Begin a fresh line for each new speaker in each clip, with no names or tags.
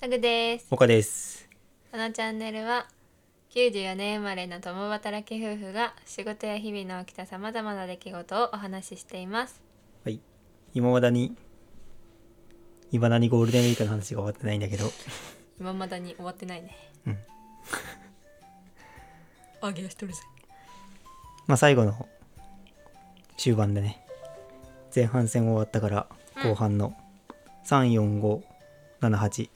タグです
岡です。
このチャンネルは94年生まれの共働き夫婦が仕事や日々の起きたさまざまな出来事をお話ししています
はい。今まだに、いまだにゴールデンウィークの話が終わってないんだけど、
今まだに終わってないね
うん
あげはしてるぜ
まあ最後の終盤でね、前半戦終わったから後半の3、4、5、7、8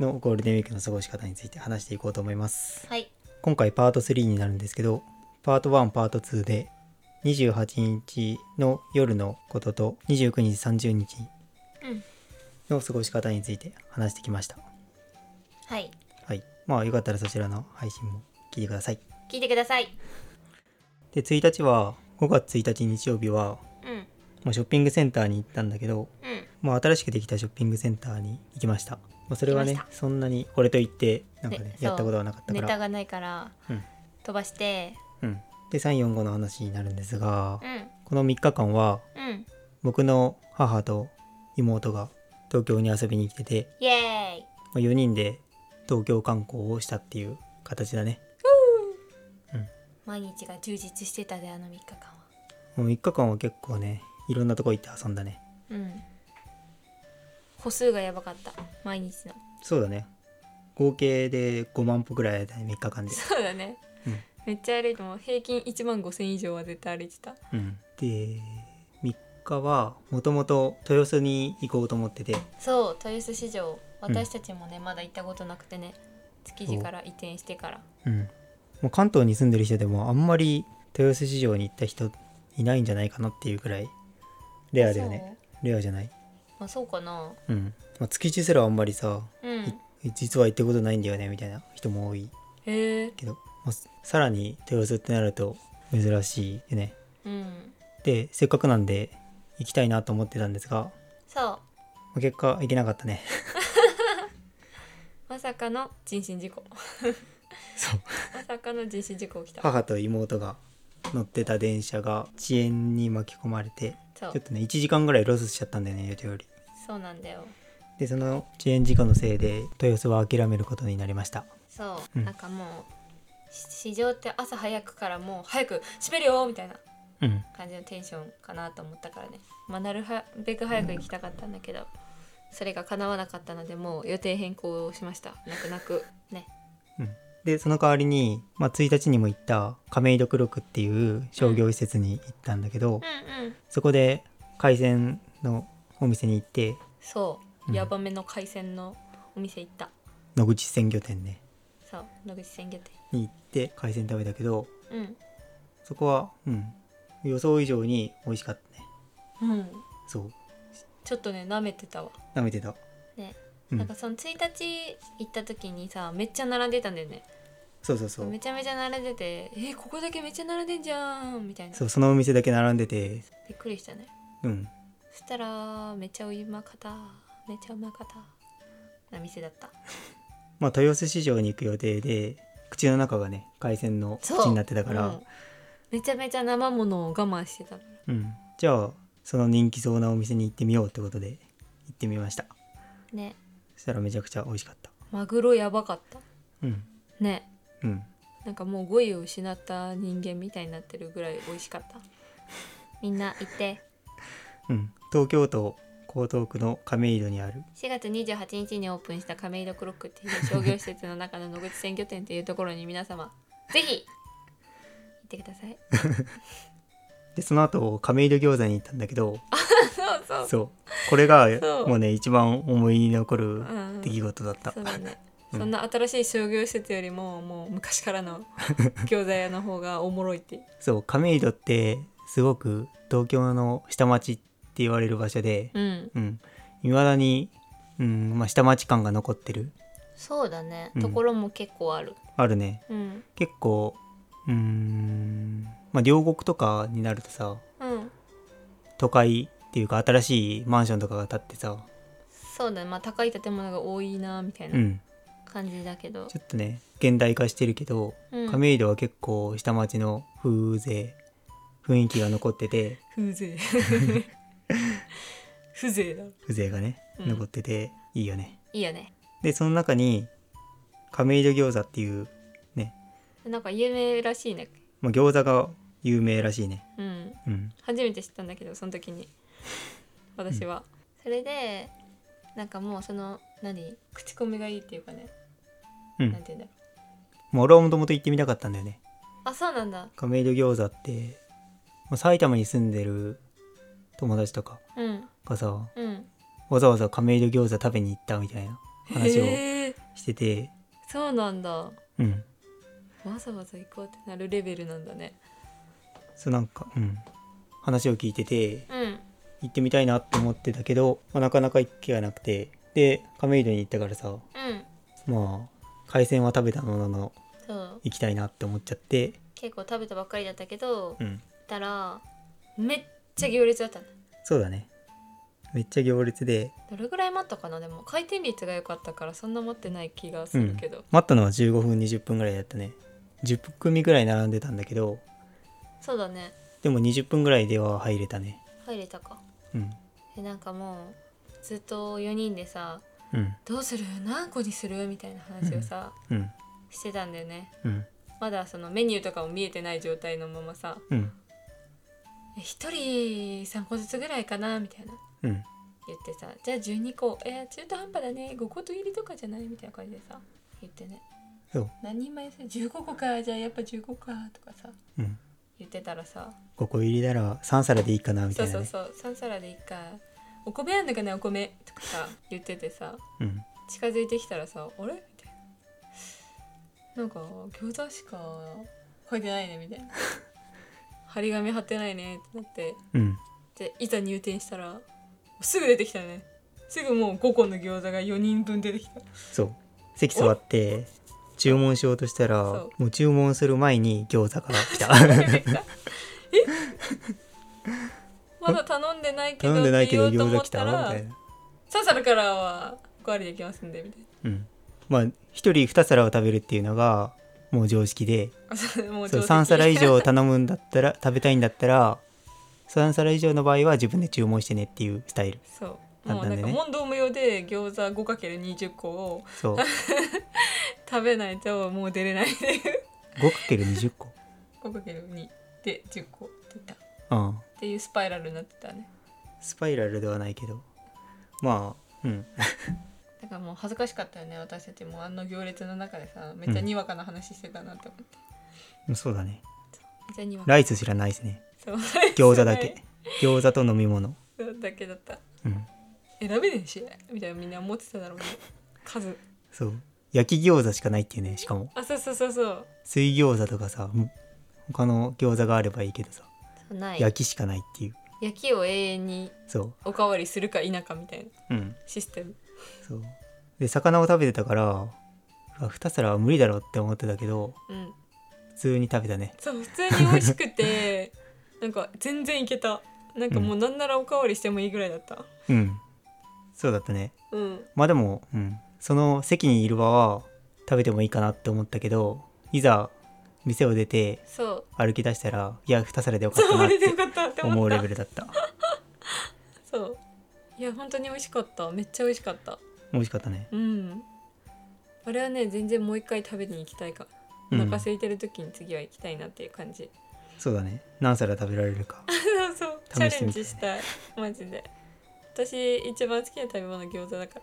のゴールデンウィークの過ごし方について話していこうと思います。
はい
今回パート3になるんですけど、パート1、パート2で28日の夜のことと29日、30日
うん
の過ごし方について話してきました。
はい
はい。まあ、よかったらそちらの配信も聞いてください。
聞いてください
で、1日は、5月1日日曜日は、
うん
まあ、ショッピングセンターに行ったんだけど、
うん
まあ、新しくできたショッピングセンターに行きました。まあ、それは
行
ね
きま、
そんなにこれといって、なんかね
ね、そう
やったことはなかったか
ネタ
ら。
がないから
うん。
飛ばして
うん。で、345の話になるんですが
う、ん
この3日間は、
うん
僕の母と妹が東京に遊びに来てて、
イエーイ
まあ、4人で東京観光をしたっていう形だね。
毎日が充実してたであの3日間は
もう3日間は結構ね、いろんなとこ行って遊んだね。
うん歩数がやばかった毎日 の
そうだね合計で5万歩ぐらいだね3日間で、
そうだね、
うん
めっちゃ歩いても平均1万5千以上は絶対歩いてた
うん、で3日はもともと豊洲に行こうと思ってて
そう豊洲市場
うん
私たちもね、まだ行ったことなくてね築地から移転してから
うんもう関東に住んでる人でもあんまり豊洲市場に行った人いないんじゃないかなっていうくらいレアだよねレアじゃない
そう,、まあ、そうかな
うん、まあ、築地すらあんまりさ
うんへ
実は行ったことないんだよねみたいな人も多い
え
けど、まあさらに豊洲ってなると珍しいよね
うん
でせっかくなんで行きたいなと思ってたんですが
そう
まあ結果行けなか ったね
まさかの人身事故
そう
まさかの人身事故起きた
母と妹が乗ってた電車が遅延に巻き込まれて
そ
ちょっ
う
とね1時間ぐらいロスしちゃったんだよね予定より
そうなんだよ
でその遅延事故のせいで豊洲は諦めることになりました
そう、
うん
なんかもうし市場って朝早くからもう早く閉めるよみたいな
うん
感じのテンションかなと思ったからね、まあ、なるはべく早く行きたかったんだけどそれが叶わなかったのでもう予定変更をしました泣く泣くね
でその代わりに、まあ、1日にも行った亀戸黒区っていう商業施設に行ったんだけど、
うんうん
そこで海鮮のお店に行って
そう、
うん
ヤバめの海鮮のお店行った
野口鮮魚店ね
そう野口鮮魚店
に行って海鮮食べたけど
うん
そこはうん予想以上に美味しかったね
うん
そう
ちょっとね舐めてたわ
舐めてた
ね、
うん
なんかその1日行った時にさめっちゃ並んでたんだよね
そうそうそう
めちゃめちゃ並んでて「えここだけめっちゃ並んでんじゃん」みたいな
そうそのお店だけ並んでて
びっくりしたね
うん
そしたらめっちゃうまかっためっちゃうまかったな店だった
まあ豊洲市場に行く予定で口の中がね海鮮の口になってたから
うんめちゃめちゃ生ものを我慢してた
うん、じゃあその人気そうなお店に行ってみようってことで行ってみました
ね
そしたらめちゃくちゃ美味しかった
マグロやばかった
うん
ね
うん
なんかもう語彙を失った人間みたいになってるぐらい美味しかったみんな行って
うん東京都江東区の亀戸にある
4月28日にオープンした亀戸クロックっていう商業施設の中の野口鮮魚店っていうところに皆様ぜひ行ってください
でその後亀戸餃子に行ったんだけど
そうそう
そうこれが
そう
もうね一番思い残る
ん
出来事だった
そうだね。
うん
そんな新しい商業施設よりももう昔からの餃子屋の方がおもろいって。
そう亀戸ってすごく東京の下町って言われる場所で
うん。
うん、いまだに、うんまあ、下町感が残ってる
そうだね。
うん
ところも結構ある。
あるね
うん。
結構うーん、まあ、両国とかになるとさ
うん。
都会っていうか新しいマンションとかが建ってさ、、
そうだね。まあ高い建物が多いなみたいうなん感じだけど。
ちょっとね現代化してるけど、
うん
亀戸は結構下町の風情雰囲気が残ってて
風情。風情だ。
風情がね
うん
残ってていいよね、
いいよね。
でその中に亀戸餃子っていう、
なんか有名らしいね
まあ、餃子が有名らしいね
うん
うん
初めて知ったんだけどその時に私は、それでなんかもうその何口コミがいいっていうかね、
うん
なんて言うんだろ
まあ俺はもともと行ってみたかったんだよね
うあそうなんだ
亀戸餃子って、まあ、埼玉に住んでる友達とか
うん
がさ
うん
わざわざ亀戸餃子食べに行ったみたいな話を
へえ
してて、
そうなんだわ
うん
ざわざ行こうってなるレベルなんだね
そうなんかうん話を聞いてて
うん
行ってみたいなって思ってたけど、まあ、なかなか行く気がなくてで亀戸に行ったからさ
うん
まあ海鮮は食べたものの
そう
行きたいなって思っちゃって
結構食べたばっかりだったけど行っ
うん
たらめっちゃ行列だったね
そうだねめっちゃ行列で
どれぐらい待ったかなでも回転率が良かったからそんな待ってない気がするけど、
待ったのは15分20分ぐらいだったね10組ぐらい並んでたんだけど
そうだね
でも20分ぐらいでは入れたね
入れたか
うん
でなんかもうずっと4人でさ
うん
「どうする何個にする?」みたいな話をさ、
うん
してたんだよね
うん
まだそのメニューとかも見えてない状態のままさ
うん
「え1人3個ずつぐらいかな」みたいな
うん
言ってさ「じゃあ12個えー中途半端だね5個と入りとかじゃない?」みたいな感じでさ言ってね
そう
何人前さ15個かじゃあやっぱ15かとかさ
うん
言ってたらさ
ここ入りなら3皿でいいかなみ
そ
た
う
いな
そう
ね
そう3皿でいいかお米あんのかなお米とかさ言っててさ
うん
近づいてきたらさ「あれ?」みたいな「なんか餃子しか書いてないね」みたい な「張り紙貼ってないね」ってなって
うん
でいざ入店したらすぐ出てきたねすぐもう5個の餃子が4人分出てきた
そう席座って注文しようとしたら
そ
もう注文する前に餃子から来た
まだ頼んでないけど
頼んでないけど
って言おうと
餃
思
子
っ
来た
た
み
ら
たいな
3皿からはおかわりできますんでみたいな
うんまあ1人2皿を食べるっていうのがもう常識で
あそう もう
そう
定石
3皿以上頼むんだったら 食べたいんだったら3皿以上の場合は自分で注文してねっていうスタイル
そう
簡
もう
単
な
で
ん
ね
か問答無用で餃子 5×20 個を
そう
食べないともう出れない
5×20 個
5×2 で10個出たっ
うん
ていうスパイラルになってたね
スパイラルではないけどまあうん
だからもう恥ずかしかったよね私たちもあの行列の中でさめっちゃにわかな話してたなって思って、
そうだね
めっちゃにわか
ライス知らないですね
そう
餃子だけ餃子と飲み物
そう だけだった
うん
選べねえしみたいなみんな思ってただろうね数
そう焼き餃子しかないっていうねしかも
あそうそうそうそう
水餃子とかさうん他の餃子があればいいけどさ
ない焼
焼きしかないっていう
きを永遠に
そ
おかわりするか否かみたいな
ううん
システム
そうで魚を食べてたからうわ2皿は無理だろうって思ってたけど
うん
普通に食べたね
そう普通に美味しくて なんか全然いけたなんかもうなんならおかわりしてもいいぐらいだった
うんそうだったね
うん
まあでも、うん、その席にいる場は食べてもいいかなって思ったけどいざ店を出て
そう
歩き出したらいや2皿でよかっ
そ
た
う
な
あ
っ
れでよ
て
かったって
思
思
う
っ
レ
た
ベルだった
そういや本当に美味しかっためっちゃ美味しかった
美味しかったね
うんあれはね全然もう一回食べに行きたいか
う
お
ん
腹空いてる時に次は行きたいなっていう感じ、
そうだね何皿食べられるか
そうそうチ
試
ャ
し
レ
て
ン
みて
ジしたいマジで私一番好きな食べ物餃子だから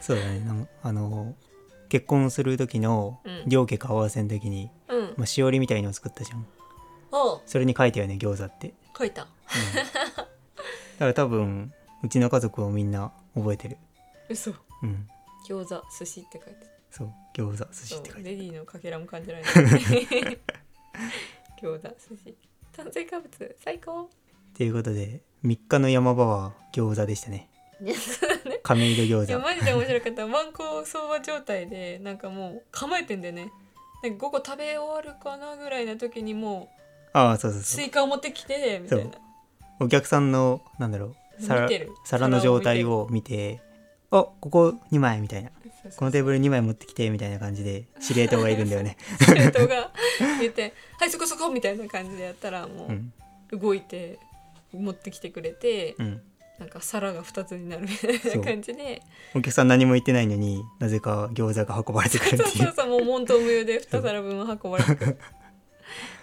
そうだねなんあの結婚する時の
うん
両家顔合わせの時に、
うん
まあ、しおりみたいのを作ったじゃん
お
それに書いたよね餃子って
書いた
うんだから多分うちの家族をみんな覚えてる
嘘
うん
餃子寿司って書いて
そう餃子寿司
そ
って書
う
い
レ
て
ディーのかけらも感じら れない餃子寿司炭水化物最高
ということで3日の山場は餃子でしたね
いや
亀戸
いや
餃子
マジで面白かったワンコ相場状態でなんかもう構えてんだよねなんか5個食べ終わるかなぐらいの時にも
ああそうそう
う
そ
ス
う
イカを持ってきてみたいな
お客さんのなんだろう
見
皿
てる
皿の状態を見てあここ2枚みたいな
そうそう
このテーブル2枚持ってきてみたいな感じで司令塔がいるん だよね
生徒が言って「はいそこそこ」みたいな感じでやったらも
うん
う動いて持ってきてくれて
うん
なんか皿が2つになるみたいな感じで
お客さん何も言ってないのになぜか餃子が運ばれてく る
そう
ってい
そう
う
そうもう問答無用で2皿分運ばれてくる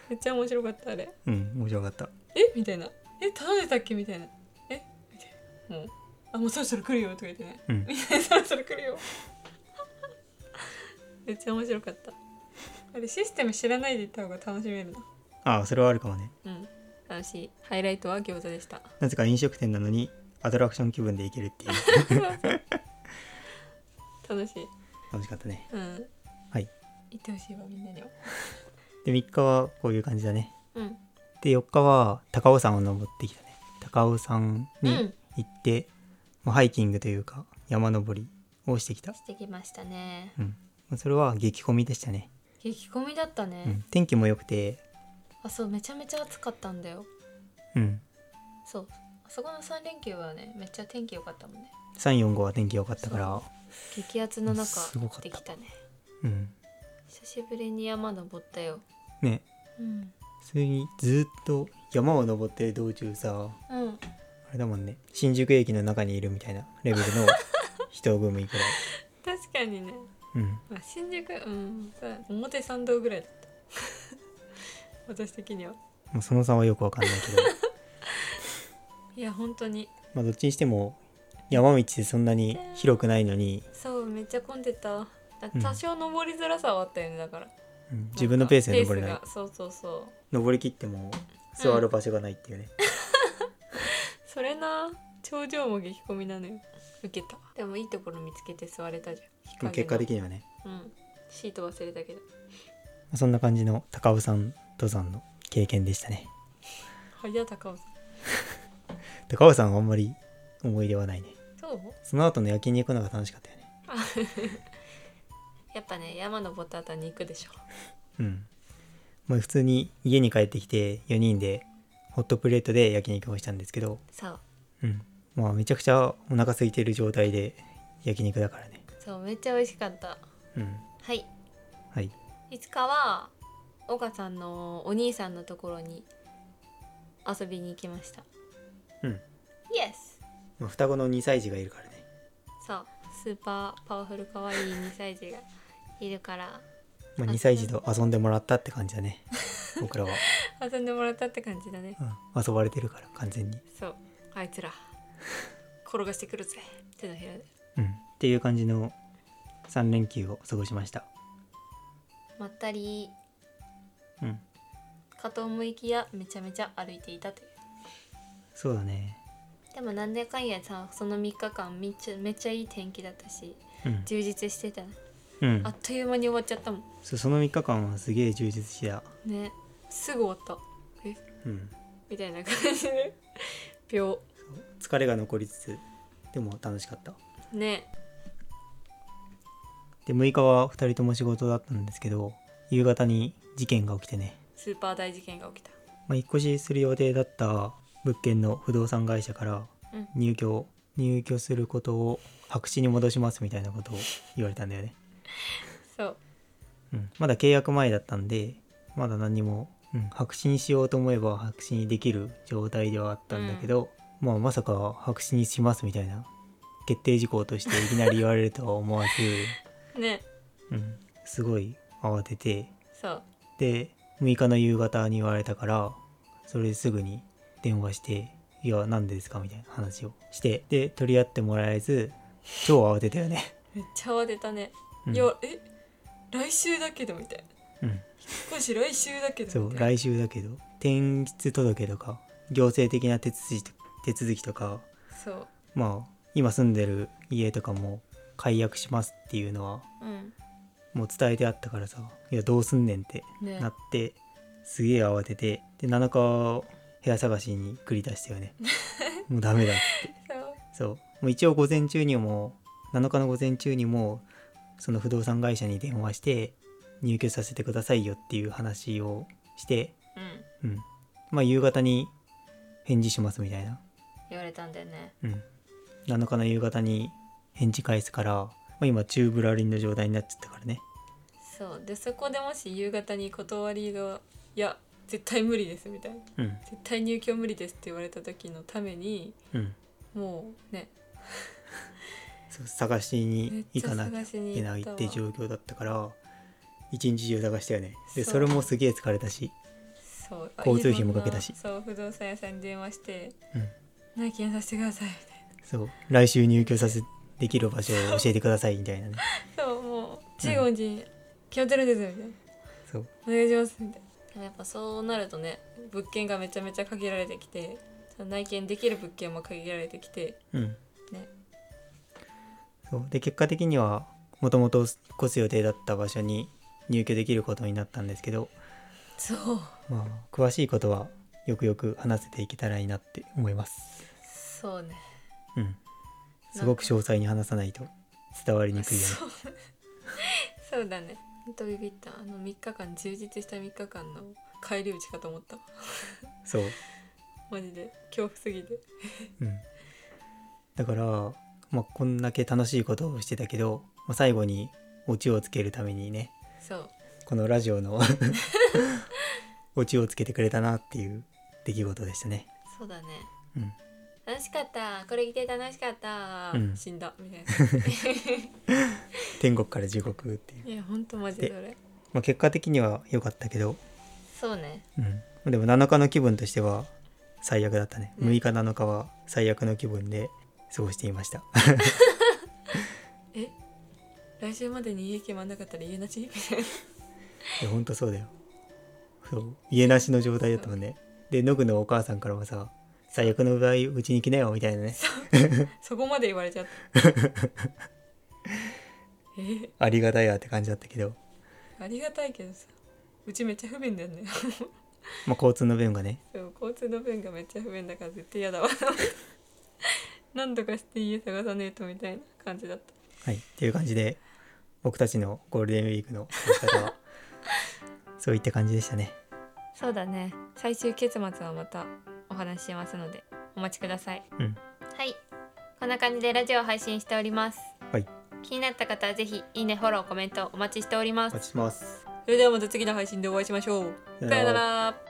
めっちゃ面白かったあれ
うん面白かった
えみたいなえ頼んでたっけみたいなえみたいなもうあもうそろそろ来るよとか言ってね
うん
みたいなそろそろ来るよ めっちゃ面白かったあれシステム知らないで行った方が楽しめるな
ああそれはあるかもね
うん楽しいハイライトは餃子でした
なぜか飲食店なのにアトラクション気分で行ける っていう
楽しい
楽しかったね
うん
はい
行ってほしいわみんなには
で3日はこういう感じだね
うん
で4日は高尾山を登ってきたね高尾山
う
に
ん
行って、まあハイキングというか山登りをしてきた、
してきましたね
うん、まあそれは激混みでしたね、
激混みだったね、
うん、天気も良くて
あそうめちゃめちゃ暑かったんだよ
うん
そうあそこの3連休はねめっちゃ天気良かったもんね
345は天気良かったから
激アツの中
すごかった
できたね
うん
久しぶりに山登ったよ
ね
うん
普通にずっと山を登ってる道中さ
うん
あれだもんね新宿駅の中にいるみたいなレベル の人組くらい
確かにね、
うん
まあ、新宿うんそう表参道ぐらいだった 私的には
もうその差はよくわかんない けど
いや本当に
まあどっちにしても山道でそんなに広くないのに、
そうめっちゃ混んでただ
うん
多少登りづらさはあったよねだから
うん自分のペースで登れな
ペ
い
ースがそうそうそう
登りきっても座る場所がないっていうね、
それな頂上も激混みなのよ受けたでもいいところ見つけて座れたじゃん日陰
ま
の
あ結果的にはね
うんシート忘れたけど
まあそんな感じの高尾山登山の経験でしたね
早高尾さん
高尾山はあんまり思い出はないね
そう
その後の焼肉の方が楽しかったよね
やっぱね山登った後は肉でしょ
うんまあ普通に家に帰ってきて4人でホットプレートで焼肉をしたんですけど
そう
うんまあめちゃくちゃお腹空いてる状態で焼肉だからね
そうめっちゃ美味しかった
うん
はい
はい
いつかは岡さんのお兄さんのところに遊びに行きました
うん、
イエス
まあ、双子の2歳児がいるからね
そうスーパーパワフルかわいい2歳児がいるから
まあ、2歳児と遊んでもらったって感じだ ね僕らは、
遊んでもらったって感じだね
うん、遊ばれてるから完全に
そうあいつら転がしてくるぜ手のひらで
うん、っていう感じの3連休を過ごしました、
まったり
うん、
片思いきやめちゃめちゃ歩いていたという
そうだね、
でもなんでかんやさその3日間めっちゃめっちゃいい天気だったし
うん
充実してたね
うん
あ、っという間に終わっちゃったもん
そうその3日間はすげえ充実してた、
ねすぐ終わったえ
うん、
みたいな感じで秒
疲れが残りつつでも楽しかった
ね
で6日は2人とも仕事だったんですけど夕方に事件が起きてね、
スーパー大事件が起きた
まあ、引っ越しする予定だった物件の不動産会社から
うん
入居入居することを白紙に戻しますみたいなことを言われたんだよね
そう
うん、まだ契約前だったんでまだ何も、うん、白紙にしようと思えば白紙にできる状態ではあったんだけど、まあ、まさか白紙にしますみたいな決定事項としていきなり言われるとは思わ
ね
ず、うん、すごい慌てて
そう
で6日の夕方に言われたからそれですぐに電話して「いや何でですか?」みたいな話をしてで取り合ってもらえず超慌てたよね。
めっちゃ慌てたね、
うん
いやえ来週だけどみたいな
うん
少し来週だけ
そ
どみ
う
たいな
来週だけど転出届とか行政的な手続き手続きとか
そう
まあ今住んでる家とかも解約しますっていうのは
うん
もう伝えてあったからさいやどうすんねんって
ね
なって、すげえ慌ててで7日部屋探しに繰り出したよ ねもうダメだって
そう
そうもう一応午前中にも7日の午前中にもその不動産会社に電話して入居させてくださいよっていう話をして
うん
うん、まあ夕方に返事しますみたいな、
言われたんだよね
うん、7日の夕方に返事返すから、まあ、今チューブラリンの状態になっちゃったからね
そうでそこでもし夕方に断りが「いや絶対無理です」みたいな
うん
「絶対入居無理です」って言われた時のために
うん
もうね
そう探しに行かなきゃ
めっちゃ探しに
いけ
行
な
っ
いった
わ
て状況だったから一日中探したよねで
そう
それもすげえ疲れたし
そう
交通費もかけたし
いろんなそう不動産屋さんに電話して
うん
「内見させてください」みたい
そう来週入居させできる場所を教えてくださいみたいなね
なそうもう「15時に決まってるんです」みたいな
そう
「お願いします」みたいなでもやっぱそうなるとね物件がめちゃめちゃ限られてきてその内見できる物件も限られてきて
うん
ね
そうで結果的にはもともと引っ越す予定だった場所に入居できることになったんですけど、
そう
まあ、詳しいことはよくよく話せていけたらいいなって思います
そうね
うんすごく詳細に話さないと伝わりにくいよね
そうそうだねほんとビビったあの3日間充実した3日間の帰り道かと思った
そう
マジで恐怖すぎて
うん、だから、まあ、こんだけ楽しいことをしてたけど、まあ、最後にオチをつけるためにね
そう
このラジオの オチをつけてくれたなっていう出来事でしたね。
そうだね
うん、
楽しかったこれ着て楽しかった、
うん
死んだみたい
天国から地獄っていう、
ないやほんとマジでそれ
まあ、結果的には良かったけど、
そうね
うん、でも7日の気分としては最悪だったね
うん
6日7日は最悪の気分で過ごしていました
来週までに家決まんなかったら家なしみたいない
やほんとそうだよそう家なしの状態だったもんねでノグのお母さんからもさ最悪の場合うちに来なよみたいなね
そこまで言われちゃった え
ありがたいやって感じだったけど、
ありがたいけどさうちめっちゃ不便だよね
まあ、交通の便がね
でも交通の便がめっちゃ不便だから絶対嫌だわ 何とかして家探さねえとみたいな感じだった
はいっていう感じで僕たちのゴールデンウィークの過ごし方 はそういった感じでしたね
そうだね最終結末はまたお話ししますのでお待ちください
うん
はいこんな感じでラジオを配信しております
はい
気になった方はぜひいいねフォローコメントお待ちしておりま
お
す
待ちしてます
それではまた次の配信でお会いしましょう
さ
さ
よなら
よなら